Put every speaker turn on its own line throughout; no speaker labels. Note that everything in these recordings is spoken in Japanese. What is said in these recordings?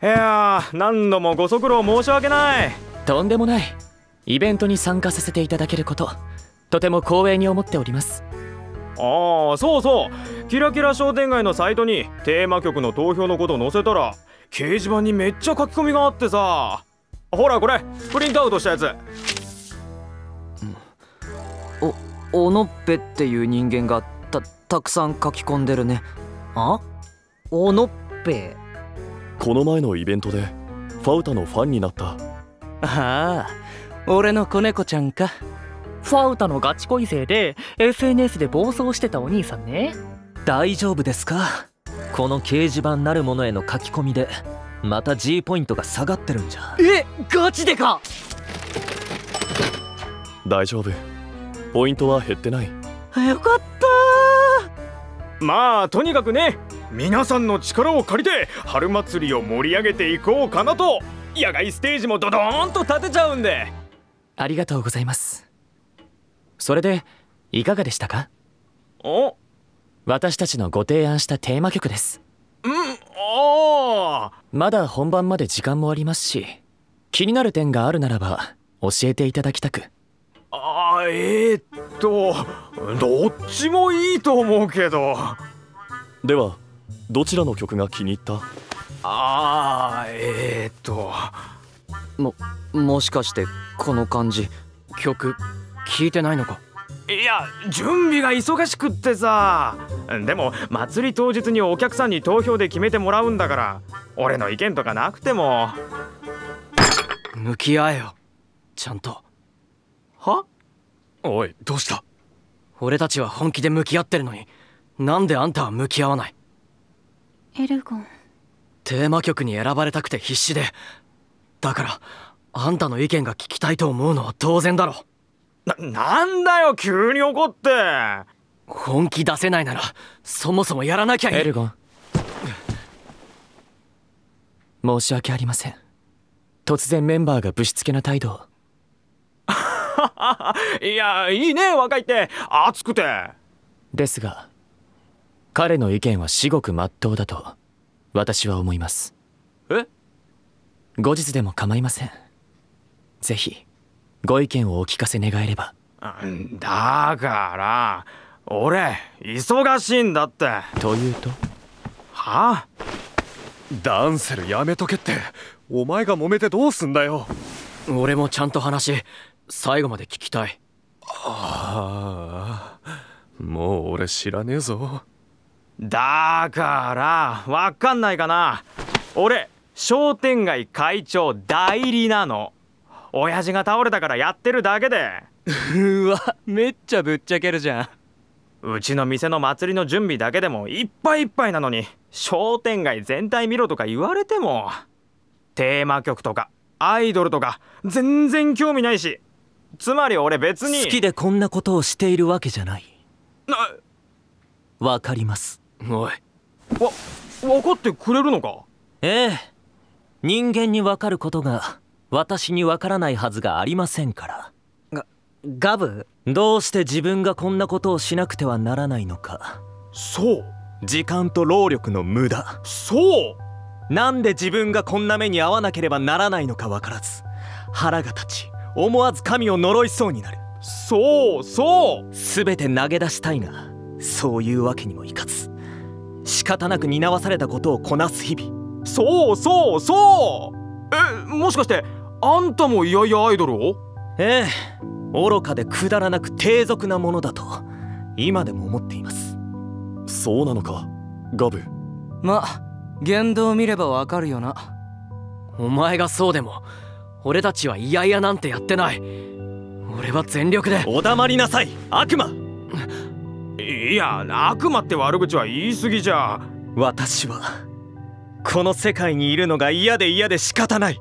いやー何度もご足労申し訳ない
とんでもないイベントに参加させていただけることとても光栄に思っております
ああそうそうキラキラ商店街のサイトにテーマ曲の投票のこと載せたら掲示板にめっちゃ書き込みがあってさほらこれプリントアウトしたやつ
おおのっぺっていう人間がたたくさん書き込んでるねあおのっぺ
この前のイベントでファウタのファンになった
ああ俺の子猫ちゃんか
ファウタのガチ恋勢で SNS で暴走してたお兄さんね
大丈夫ですかこの掲示板なるものへの書き込みでまた G ポイントが下がってるんじゃ
えガチでか
大丈夫ポイントは減ってない
よかった
まあとにかくね皆さんの力を借りて春祭りを盛り上げていこうかなと野外ステージもドドーンと立てちゃうんで
ありがとうございますそれでいかがでしたか
お
私たちのご提案したテーマ曲です
うんああ
まだ本番まで時間もありますし気になる点があるならば教えていただきたく
あーえー、っとどっちもいいと思うけど
ではどちらの曲が気に入った
あーえー、っと
ももしかしてこの感じ曲聞いてないのか
いや準備が忙しくってさでも祭り当日にお客さんに投票で決めてもらうんだから俺の意見とかなくても
向き合えよちゃんとは
おいどうした
俺たちは本気で向き合ってるのになんであんたは向き合わない
エルゴン
テーマ曲に選ばれたくて必死でだからあんたの意見が聞きたいと思うのは当然だろ
ななんだよ急に怒って
本気出せないならそもそもやらなきゃいい
エルゴン申し訳ありません突然メンバーがぶしつけな態度を
いやいいね若いって熱くて
ですが彼の意見は至極真っ当だと私は思います
え
後日でも構いませんぜひご意見をお聞かせ願えれば
だから俺忙しいんだって
というと
はあ
ダンセルやめとけってお前が揉めてどうすんだよ
俺もちゃんと話最後まで聞きたい
ああもう俺知らねえぞ
だからわかんないかな俺商店街会長代理なの親父が倒れたからやってるだけで
うわめっちゃぶっちゃけるじゃ
んうちの店の祭りの準備だけでもいっぱいいっぱいなのに商店街全体見ろとか言われてもテーマ曲とかアイドルとか全然興味ないしつまり俺別に
好きでこんなことをしているわけじゃない
な
わかります
おい
わ分かってくれるのか
ええ人間にわかることが私にわからないはずがありませんから
がガブ
どうして自分がこんなことをしなくてはならないのか
そう
時間と労力の無駄
そう
なんで自分がこんな目に遭わなければならないのかわからず腹が立ち思わず神を呪いそうになる
そうそう
全て投げ出したいがそういうわけにもいかず仕方なく担わされたことをこなす日々
そうそうそうえもしかしてあんたもいやいやアイドルを
ええ愚かでくだらなく低俗なものだと今でも思っています
そうなのかガブ
ま言動を見ればわかるよなお前がそうでも俺たちは嫌々なんてやってない俺は全力で
お黙りなさい悪魔
いや悪魔って悪口は言い過ぎじゃ
私はこの世界にいるのが嫌で嫌で仕方ない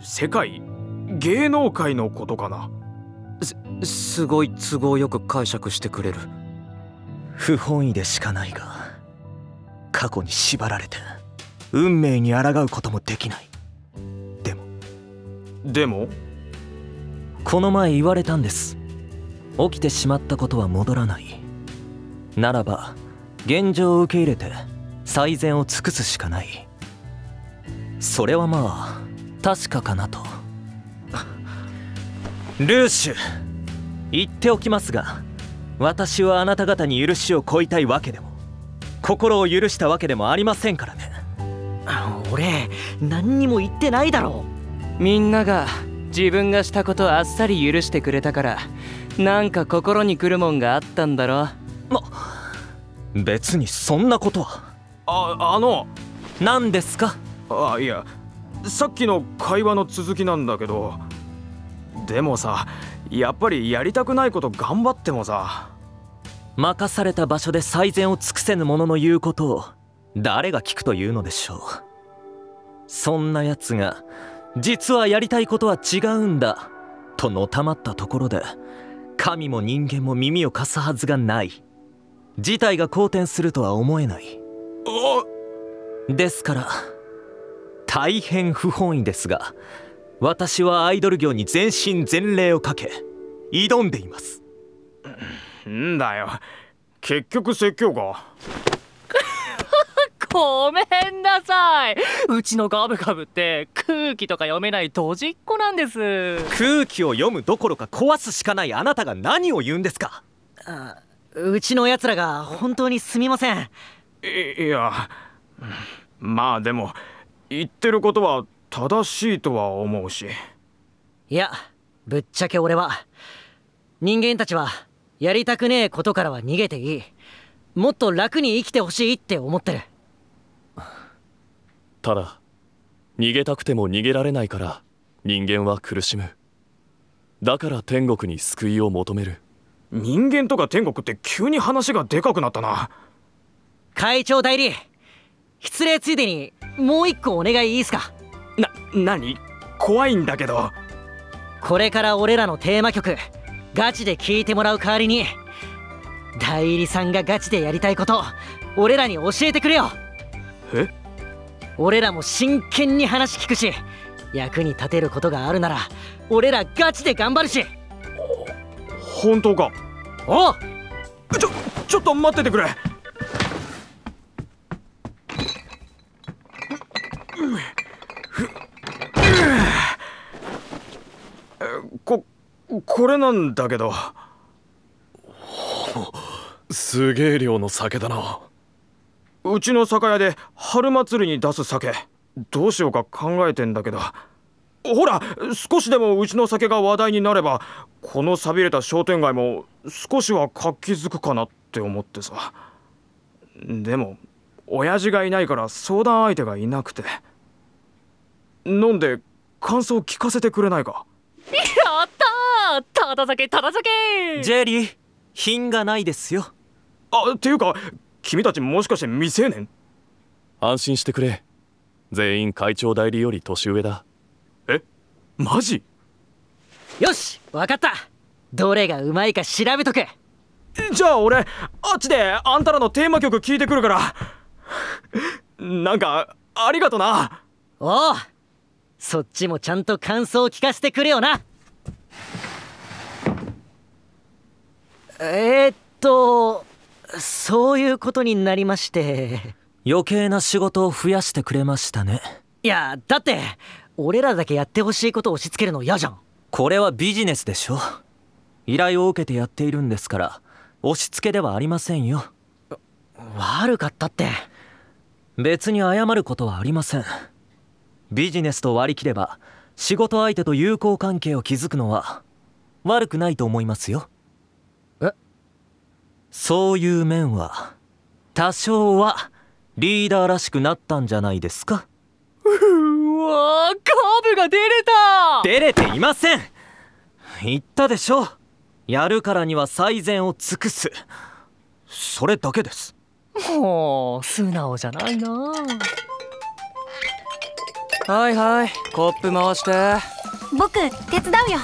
世界芸能界のことかな
すすごい都合よく解釈してくれる
不本意でしかないが過去に縛られて運命に抗うこともできないでも
でも
この前言われたんです起きてしまったことは戻らないならば現状を受け入れて最善を尽くすしかないそれはまあ確かかなと ルーシュ言っておきますが私はあなた方に許しを乞いたいわけでも心を許したわけでもありませんからね
俺何にも言ってないだろ
みんなが自分がしたことあっさり許してくれたからなんか心に来るもんがあったんだろ
別にそんなことは
ああの
何ですか
あいやさっきの会話の続きなんだけどでもさやっぱりやりたくないこと頑張ってもさ
任された場所で最善を尽くせぬ者の言うことを誰が聞くというのでしょうそんな奴が実はやりたいことは違うんだとのたまったところで神も人間も耳を貸すはずがない事態が好転するとは思えないですから大変不本意ですが私はアイドル業に全身全霊をかけ挑んでいます
んだよ結局説教か
ごめんなさいうちのガブガブって空気とか読めないドジっ子なんです
空気を読むどころか壊すしかないあなたが何を言うんですか
あうちの奴らが本当にすみません
いいやまあでも言ってることは正しいとは思うし
いやぶっちゃけ俺は人間たちはやりたくねえことからは逃げていいもっと楽に生きてほしいって思ってる
ただ逃げたくても逃げられないから人間は苦しむだから天国に救いを求める
人間とか天国って急に話がでかくなったな
会長代理失礼ついでにもう一個お願いいいすか
な何怖いんだけど
これから俺らのテーマ曲ガチで聴いてもらう代わりに代理さんがガチでやりたいこと俺らに教えてくれよ
え
俺らも真剣に話聞くし役に立てることがあるなら俺らガチで頑張るし
本当か
おう
ちょちょっと待っててくれここれなんだけど
すげえ量の酒だな
うちの酒屋で春祭りに出す酒どうしようか考えてんだけどほら少しでもうちの酒が話題になればこの寂れた商店街も少しは活気づくかなって思ってさでも親父がいないから相談相手がいなくて飲んで感想聞かせてくれないか
やったーただ酒ただ酒
ジェリー品がないですよ
あっていうか君たちもしかして未成年
安心してくれ全員会長代理より年上だ
えマジ
よし分かったどれがうまいか調べとけ
じゃあ俺あっちであんたらのテーマ曲聴いてくるからなんかありがとな
おうそっちもちゃんと感想を聞かせてくれよなえー、っとそういうことになりまして
余計な仕事を増やしてくれましたね
いやだって俺らだけやってほしいことを押し付けるの嫌じゃん
これはビジネスでしょ依頼を受けてやっているんですから押し付けではありませんよ
悪かったって
別に謝ることはありませんビジネスと割り切れば仕事相手と友好関係を築くのは悪くないと思いますよ
え
そういう面は多少はリーダーらしくなったんじゃないですか
うわーカブが出れた
出れていません言ったでしょやるからには最善を尽くすそれだけです
もう素直じゃないなあ
はいはいコップ回して
僕手伝うよ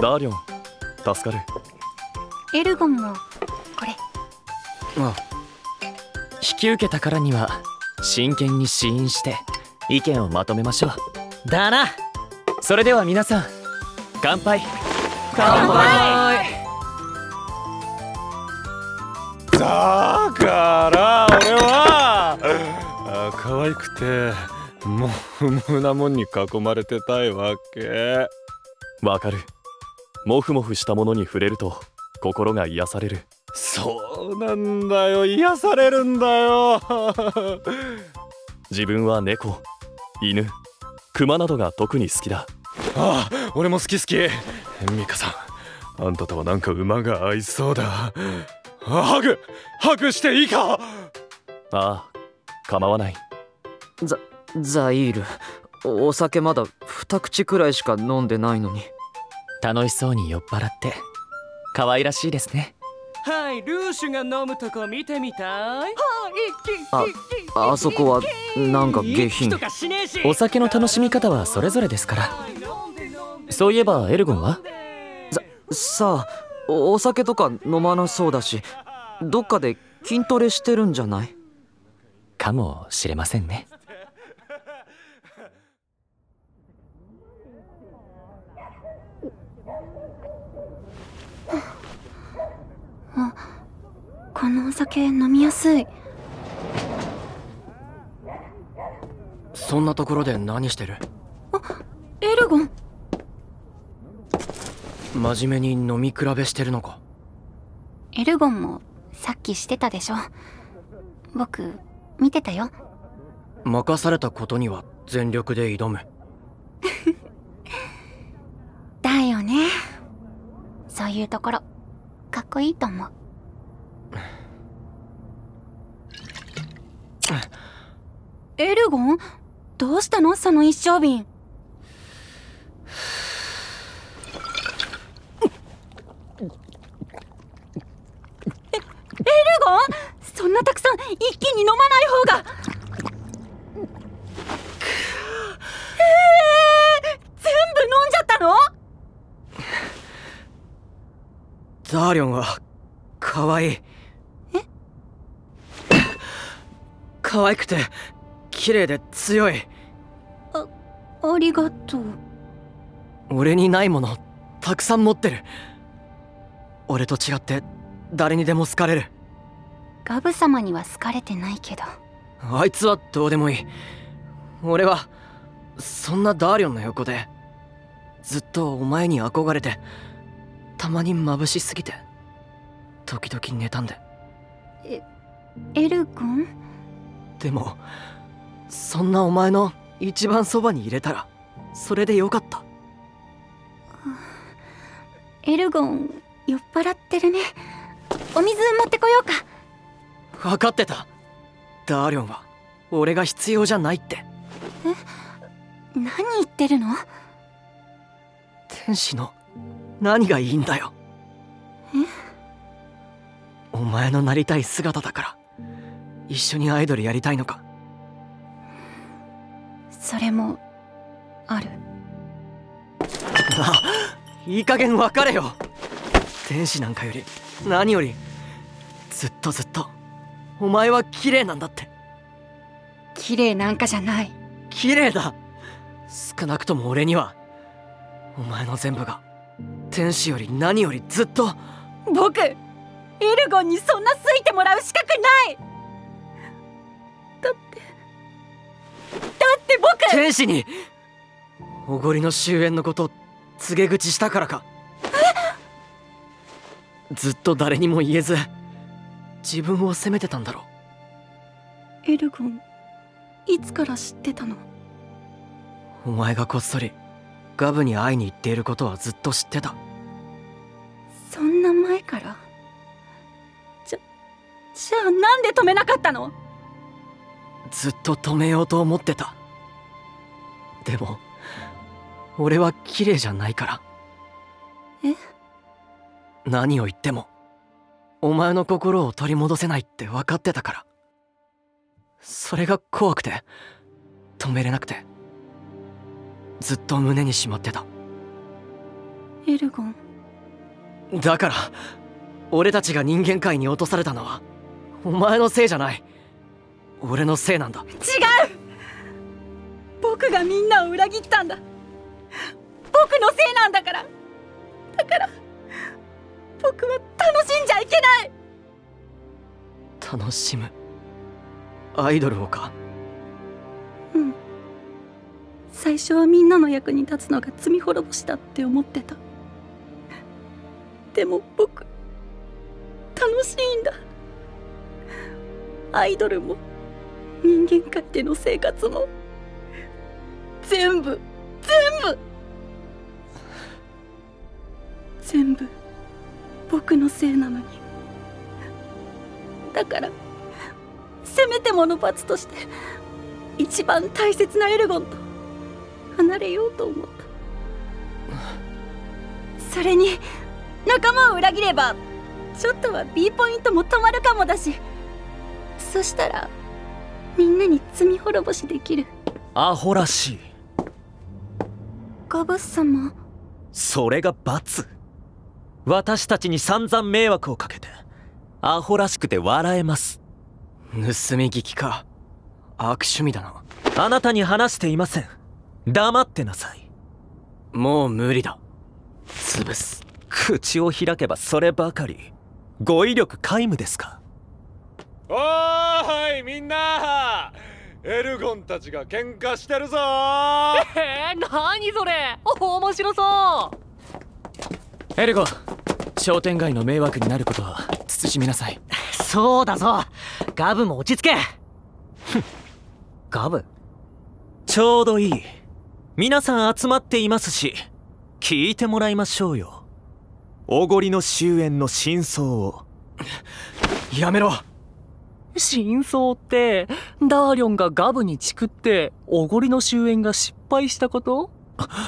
ダーリョン助かる
エルゴンもこれ
あ
引き受けたからには真剣に試飲して意見をまとめましょう
だな
それでは皆さん乾杯
乾杯
だから俺はあ可愛くてもう無なもんに囲まれてたいわけ
わかるモフモフしたものに触れると心が癒される
そうなんだよ癒されるんだよ
自分は猫犬熊などが特に好きだ
ああ俺も好き好きミカさんあんたとはなんか馬が合いそうだハグハグしていいか
ああ構わない
ザザイールお酒まだ二口くらいしか飲んでないのに
楽しそうに酔っ払って可愛らしいですね
はいルーシュが飲むとこ見てみたい
ああそこはなんか下品
お酒の楽しみ方はそれぞれですからそういえばエルゴンは
ささあお酒とか飲まなそうだしどっかで筋トレしてるんじゃない
かもしれませんね
あこのお酒飲みやすい
そんなところで何してる
エルゴン
真面目に飲み比べしてるのか
エルゴンもさっきしてたでしょ僕見てたよ
任されたことには全力で挑む
だよねそういうところかっこいいと思うエルゴンどうしたのその一升瓶えエルゴンそんなたくさん一気に飲まない方がえー、全部飲んじゃったの
ザーリョンは可愛いえ可愛くて綺麗で強い
あありがとう
俺にないものたくさん持ってる俺と違って誰にでも好かれる
ガブ様には好かれてないけど
あいつはどうでもいい俺はそんなダーリョンの横でずっとお前に憧れてたまに眩しすぎて時々妬んで
えエルゴン
でもそんなお前の一番そばに入れたらそれでよかった
エルゴン酔っ払ってるねお水持ってこよ
うか分かってたダーリョンは俺が必要じゃないって
え何言ってるの
天使の何がいいんだよ
え
お前のなりたい姿だから一緒にアイドルやりたいのか
それもある
あいい加減別れよ天使なんかより何よりずっとずっとお前は綺麗なんだって
綺麗なんかじゃない
綺麗だ少なくとも俺にはお前の全部が天使より何よりずっと
僕エ
ルゴンにそんなすいてもらう資格ない
だって
だって僕
天使におごりの終焉のこと告げ口したからかずっと誰にも言えず自分を責めてたんだろ
うエルゴンいつから知ってたの
お前がこっそりガブに会いに行っていることはずっと知ってた
そんな前から
じゃじゃあなんで止めなかったの
ずっと止めようと思ってたでも俺は綺麗じゃないから
え
何を言ってもお前の心を取り戻せないって分かってたからそれが怖くて止めれなくてずっと胸にしまってた
エルゴン
だから俺たちが人間界に落とされたのはお前のせいじゃない俺のせいなんだ
違う僕がみんなを裏切ったんだ僕のせいなんだからだから僕は楽しんじゃいけない
楽しむアイドルをか
うん
最初はみんなの役に立つのが罪滅ぼしだって思ってたでも僕楽しいんだアイドルも人間界での生活も全部全部全部僕のせいなのにだからせめてもの罰として一番大切なエルゴンと離れようと思ったそれに仲間を裏切ればちょっとは B ポイントも止まるかもだしそしたらみんなに罪滅ぼしできる
アホらしい
ガブス様
それが罰私たちに散々迷惑をかけてアホらしくて笑えます
盗み聞きか悪趣味だな
あなたに話していません黙ってなさい
もう無理だ潰す
口を開けばそればかり語彙力皆無ですか
おーいみんなエルゴンたちが喧嘩してるぞー
えー、何それ面白そう
エルゴ商店街の迷惑になることは慎みなさい
そうだぞガブも落ち着けガブ
ちょうどいい皆さん集まっていますし聞いてもらいましょうよおごりの終焉の真相を
やめろ
真相ってダーリョンがガブにチクっておごりの終焉が失敗したこと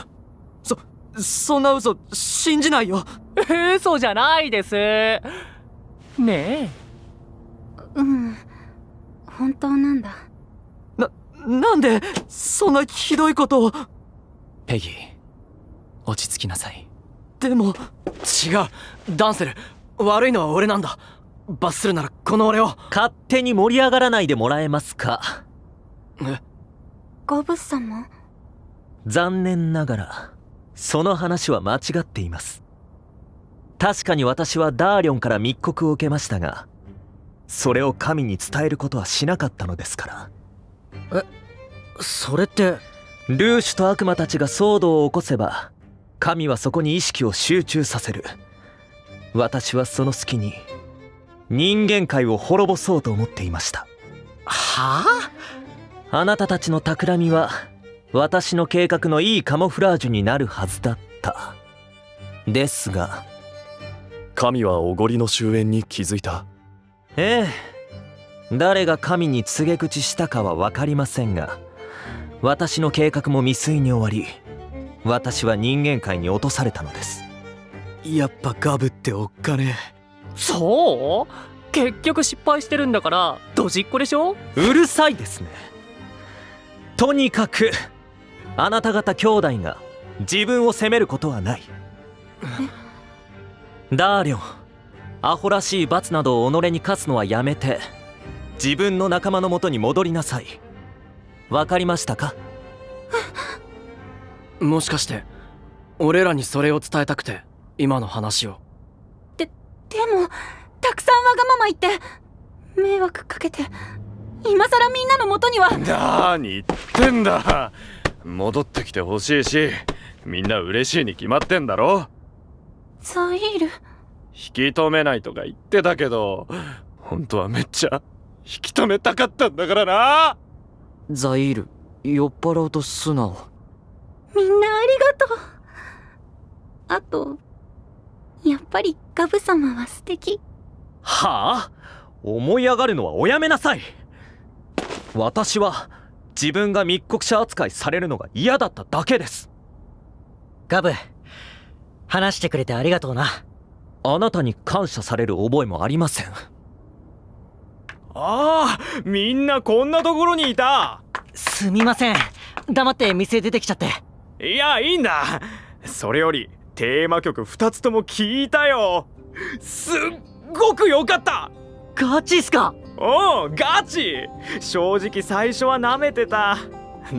そそんな嘘信じないよ
嘘じゃないですねえ
うん本当なんだ
ななんでそんなひどいことを
ペギー落ち着きなさい
でも違うダンセル悪いのは俺なんだ罰するならこの俺を
勝手に盛り上がらないでもらえますか
え
ゴブス様
残念ながらその話は間違っています確かに私はダーリョンから密告を受けましたがそれを神に伝えることはしなかったのですから
えそれって
ルーシュと悪魔たちが騒動を起こせば神はそこに意識を集中させる私はその隙に人間界を滅ぼそうと思っていました
は
ああなたたちの企みは私の計画のいいカモフラージュになるはずだったですが
神はおごりの終焉に気づいた
ええ誰が神に告げ口したかは分かりませんが私の計画も未遂に終わり私は人間界に落とされたのです
やっぱガブっておっかね
そう結局失敗してるんだからドジっ子でしょ
うるさいですねとにかくあなた方兄弟が自分を責めることはないダーリョンアホらしい罰などを己に課すのはやめて自分の仲間のもとに戻りなさいわかりましたか
もしかして俺らにそれを伝えたくて今の話を
でもたくさんわがまま言って迷惑かけて今さらみんなのもとには
なーに言ってんだ戻ってきてほしいしみんな嬉しいに決まってんだろ
ザイール
引き止めないとか言ってたけど本当はめっちゃ引き止めたかったんだからな
ザイール酔っ払うと素直
みんなありがとうあとやっぱりガブ様は素敵
はあ思い上がるのはおやめなさい私は自分が密告者扱いされるのが嫌だっただけです
ガブ話してくれてありがとうな
あなたに感謝される覚えもありません
ああみんなこんなところにいた
すみません黙って店出てきちゃって
いやいいんだそれよりテーマ曲2つとも聞いたよすっごく良かった
ガチっすか
おうガチ正直最初は舐めてた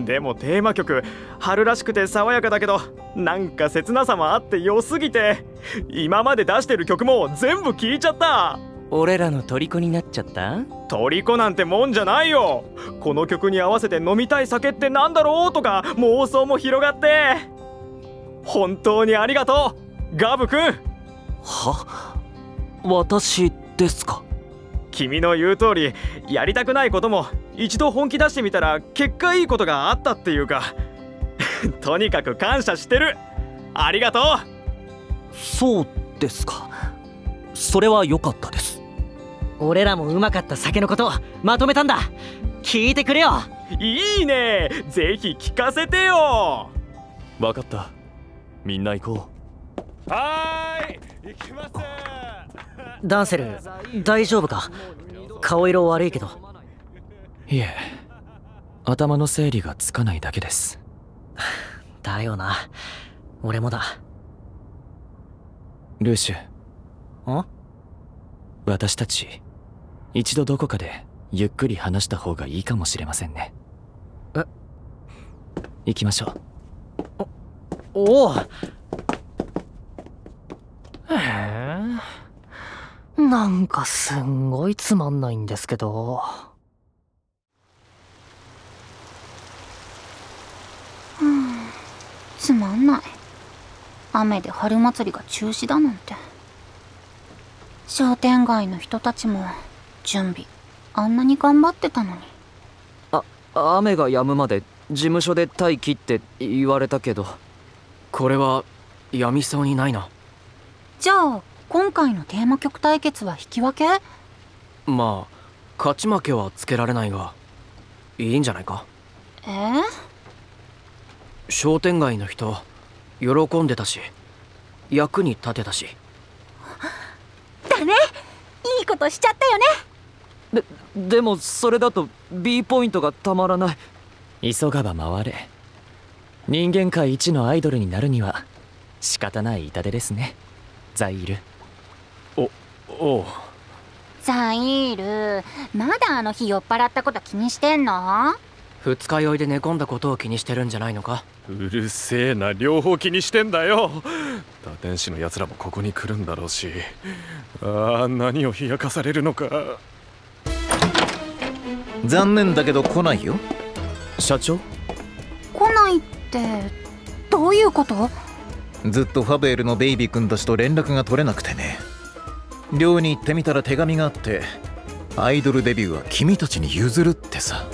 でもテーマ曲春らしくて爽やかだけどなんか切なさもあって良すぎて今まで出してる曲も全部聴いちゃった
俺らの虜になっちゃった
虜なんてもんじゃないよこの曲に合わせて飲みたい酒ってなんだろうとか妄想も広がって本当にありがとうガブくん
は私ですか
君の言う通りやりたくないことも一度本気出してみたら結果いいことがあったっていうか とにかく感謝してるありがと
うそうですかそれは良かったです
俺らもうまかった酒のことまとめたんだ聞いてくれよ
いいねぜひ聞かせてよ
分かったみんな行こ
うはーい行きます
ダンセル大丈夫か顔色悪いけど
いえ頭の整理がつかないだけです
だよな俺もだ
ルーシュ
ん
私たち一度どこかでゆっくり話した方がいいかもしれませんね
え
行きましょ
うおおへ
えなんかすんごいつまんないんですけど
うんつまんない雨で春祭りが中止だなんて商店街の人たちも準備あんなに頑張ってたのに
あ雨が止むまで事務所で待機って言われたけど
これはやみそうにないな
じゃあ今回のテーマ曲対決は引き分け
まあ勝ち負けはつけられないがいいんじゃないか
えー、
商店街の人喜んでたし役に立てたし
だねいいことしちゃったよね
ででもそれだと B ポイントがたまらないう
急がば回れ人間界一のアイドルになるには仕方ない痛手ですねザイール
おおう
ザイールまだあの日酔っ払ったこと気にしてんの
二日酔いで寝込んだことを気にしてるんじゃないのか
うるせえな両方気にしてんだよ打天使の奴らもここに来るんだろうしああ何を冷やかされるのか
残念だけど来ないよ
社長
来ないってどういうこと
ずっとファベールのベイビー君たちと連絡が取れなくてね寮に行ってみたら手紙があってアイドルデビューは君たちに譲るってさ